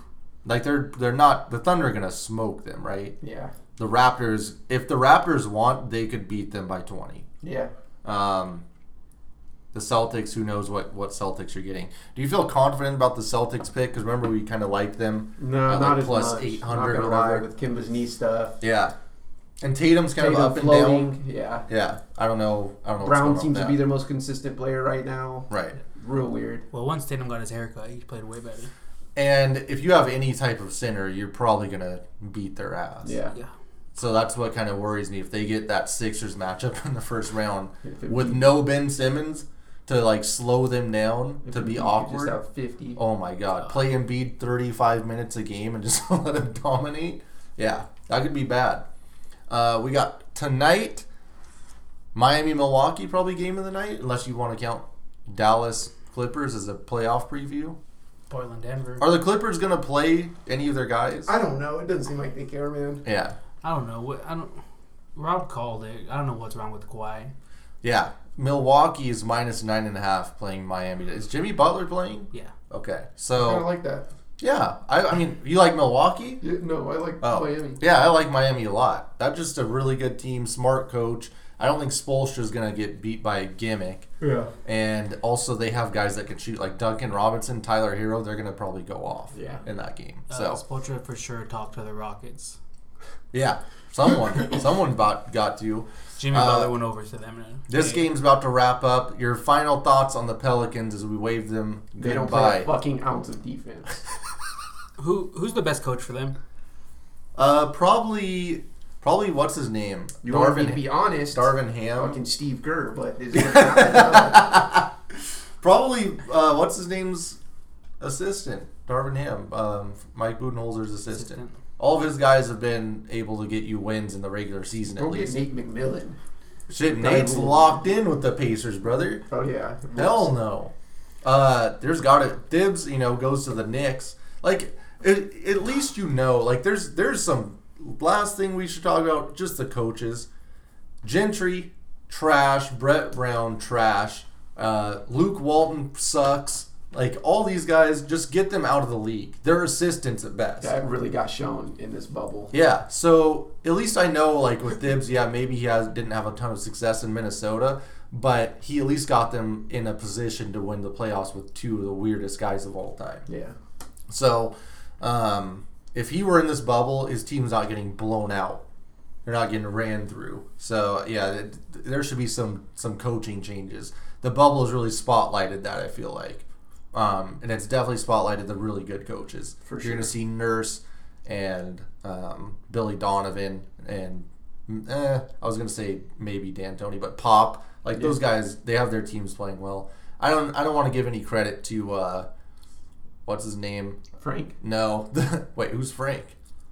Like they're they're not the Thunder are gonna smoke them, right? Yeah. The Raptors, if the Raptors want, they could beat them by twenty. Yeah. Um, the Celtics, who knows what what Celtics you're getting? Do you feel confident about the Celtics pick? Because remember we kind of liked them. No, at, like, not as plus much. 800 Not or gonna lie, whatever. with Kimba's knee stuff. Yeah, and Tatum's kind Tatum of up and down. floating. Yeah. Yeah, I don't know. I don't know. what's going on Brown with seems to that. be their most consistent player right now. Right, Real weird. well, once Tatum got his haircut, he played way better. and if you have any type of center, you're probably gonna beat their ass. Yeah. Yeah, So that's what kind of worries me. If they get that Sixers matchup in the first round If it with be- no Ben Simmons to like slow them down if to it be you awkward. Just have 50. Oh my God! Play Embiid thirty-five minutes a game and just let him dominate. Yeah, that could be bad. Uh, we got tonight, Miami Milwaukee probably game of the night, unless you want to count Dallas Clippers as a playoff preview. Portland, Denver. Are the Clippers gonna play any of their guys? I don't know. It doesn't seem like they care, man. Yeah, I don't know. What I don't. Rob called it. I don't know what's wrong with Kawhi. yeah. Milwaukee is minus nine and a half playing Miami. Is Jimmy Butler playing? Yeah, Okay, I don't so like that. Yeah, I, I mean, you like Milwaukee? Yeah, no, I like Oh, Miami. yeah, I like Miami a lot. That's just a really good team, smart coach. I don't think Spolstra is going to get beat by a gimmick. Yeah. And also, they have guys that can shoot, like Duncan Robinson, Tyler Hero. They're going to probably go off Yeah. in that game. Uh, So, Spoelstra for sure talked to the Rockets. yeah, someone, someone about got you. Jimmy Uh, Butler went over to them. and- This game's about to wrap up. Your final thoughts on the Pelicans as we wave them They don't goodbye. play a fucking ounce of defense. Who who's the best coach for them? Uh, probably, probably what's his name? You want me to Darvin, be honest? Darvin Ham. Fucking Steve Kerr, but is it gonna happen? Probably uh, what's his name's assistant, Darvin Ham, um, Mike Budenholzer's assistant. Assistant. All of his guys have been able to get you wins in the regular season at Don't get least. Nate McMillan. Shit, Darvin Nate's Ham. locked in with the Pacers, brother. Oh yeah. Hell no. Uh, there's got it. Dibs, you know, goes to the Knicks. Like, it, at least you know. Like, there's there's some last thing we should talk about. Just the coaches, Gentry, trash. Brett Brown, trash. Uh, Luke Walton sucks. Like all these guys, just get them out of the league. They're assistants at best. That really got shown in this bubble. Yeah. So at least I know, like with Dibs, yeah, maybe he has didn't have a ton of success in Minnesota, but he at least got them in a position to win the playoffs with two of the weirdest guys of all time. Yeah. So um, if he were in this bubble, his team's not getting blown out. They're not getting ran through. So yeah, th- th- there should be some some coaching changes. The bubble has really spotlighted that. I feel like, um, and it's definitely spotlighted the really good coaches. For You're sure. gonna see Nurse and um, Billy Donovan and mm, eh, I was gonna say maybe D'Antoni, but Pop. Like those guys, they have their teams playing well. I don't. I don't want to give any credit to uh, what's his name. Frank? No, wait, who's Frank?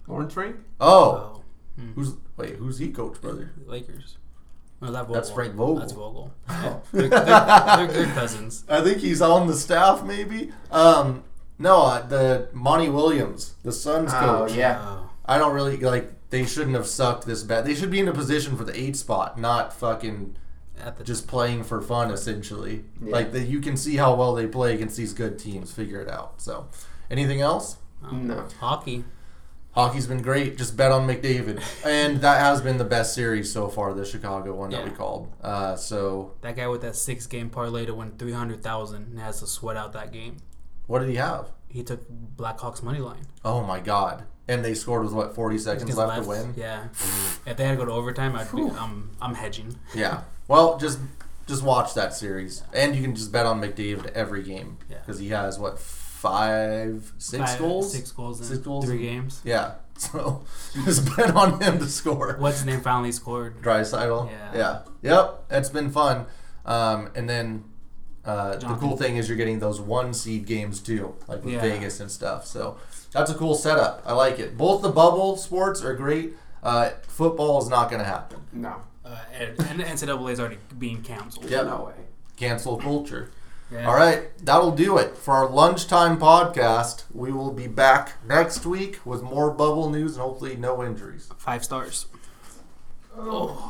Lawrence Frank? Oh, Oh, hmm. who's wait? Who's he coach, brother? Lakers. No, that That's Vogel. Frank Vogel. Oh. That's Vogel. Yeah. They're, they're- they're- they're cousins. I think he's on the staff, maybe. Um, no, uh, the Monty Williams, the Suns Oh coach. yeah. Oh. I don't really like. They shouldn't have sucked this bad. They should be in a position for the eight spot, not fucking At the just playing for fun, essentially. Yeah. Like that, you can see how well they play against these good teams. Figure it out. So, anything else? um, No. hockey. Hockey's been great. Just bet on McDavid, and that has been the best series so far. The Chicago one that we Yeah. called. Uh, so, That guy with that six game parlay to win three hundred thousand and has to sweat out that game. what did he have? He took Blackhawks money line. Oh my god! And they scored with what forty seconds Because left, left- to win. Yeah. if they had to go to overtime, I'd be, I'm I'm hedging. Yeah. Well, just just watch that series, and you can just bet on McDavid every game Yeah. because he has what five, six Five- goals. Six goals. In Six goals Three in- games. Yeah. So just bet on him to score. What's his name finally scored? Drysidle. Yeah. Yeah. Yep. It's been fun. Um, and then uh, the Jonathan. cool thing is you're getting those one seed games too, like with Yeah. Vegas and stuff. So that's a cool setup. I like it. Both the bubble sports are great. Uh, football is not going to happen. No. Uh, and, and the NCAA is already being canceled. Yep. No way. Cancel culture. Yeah. All right, that'll do it for our lunchtime podcast. We will be back next week with more bubble news and hopefully no injuries. Five stars. Oh.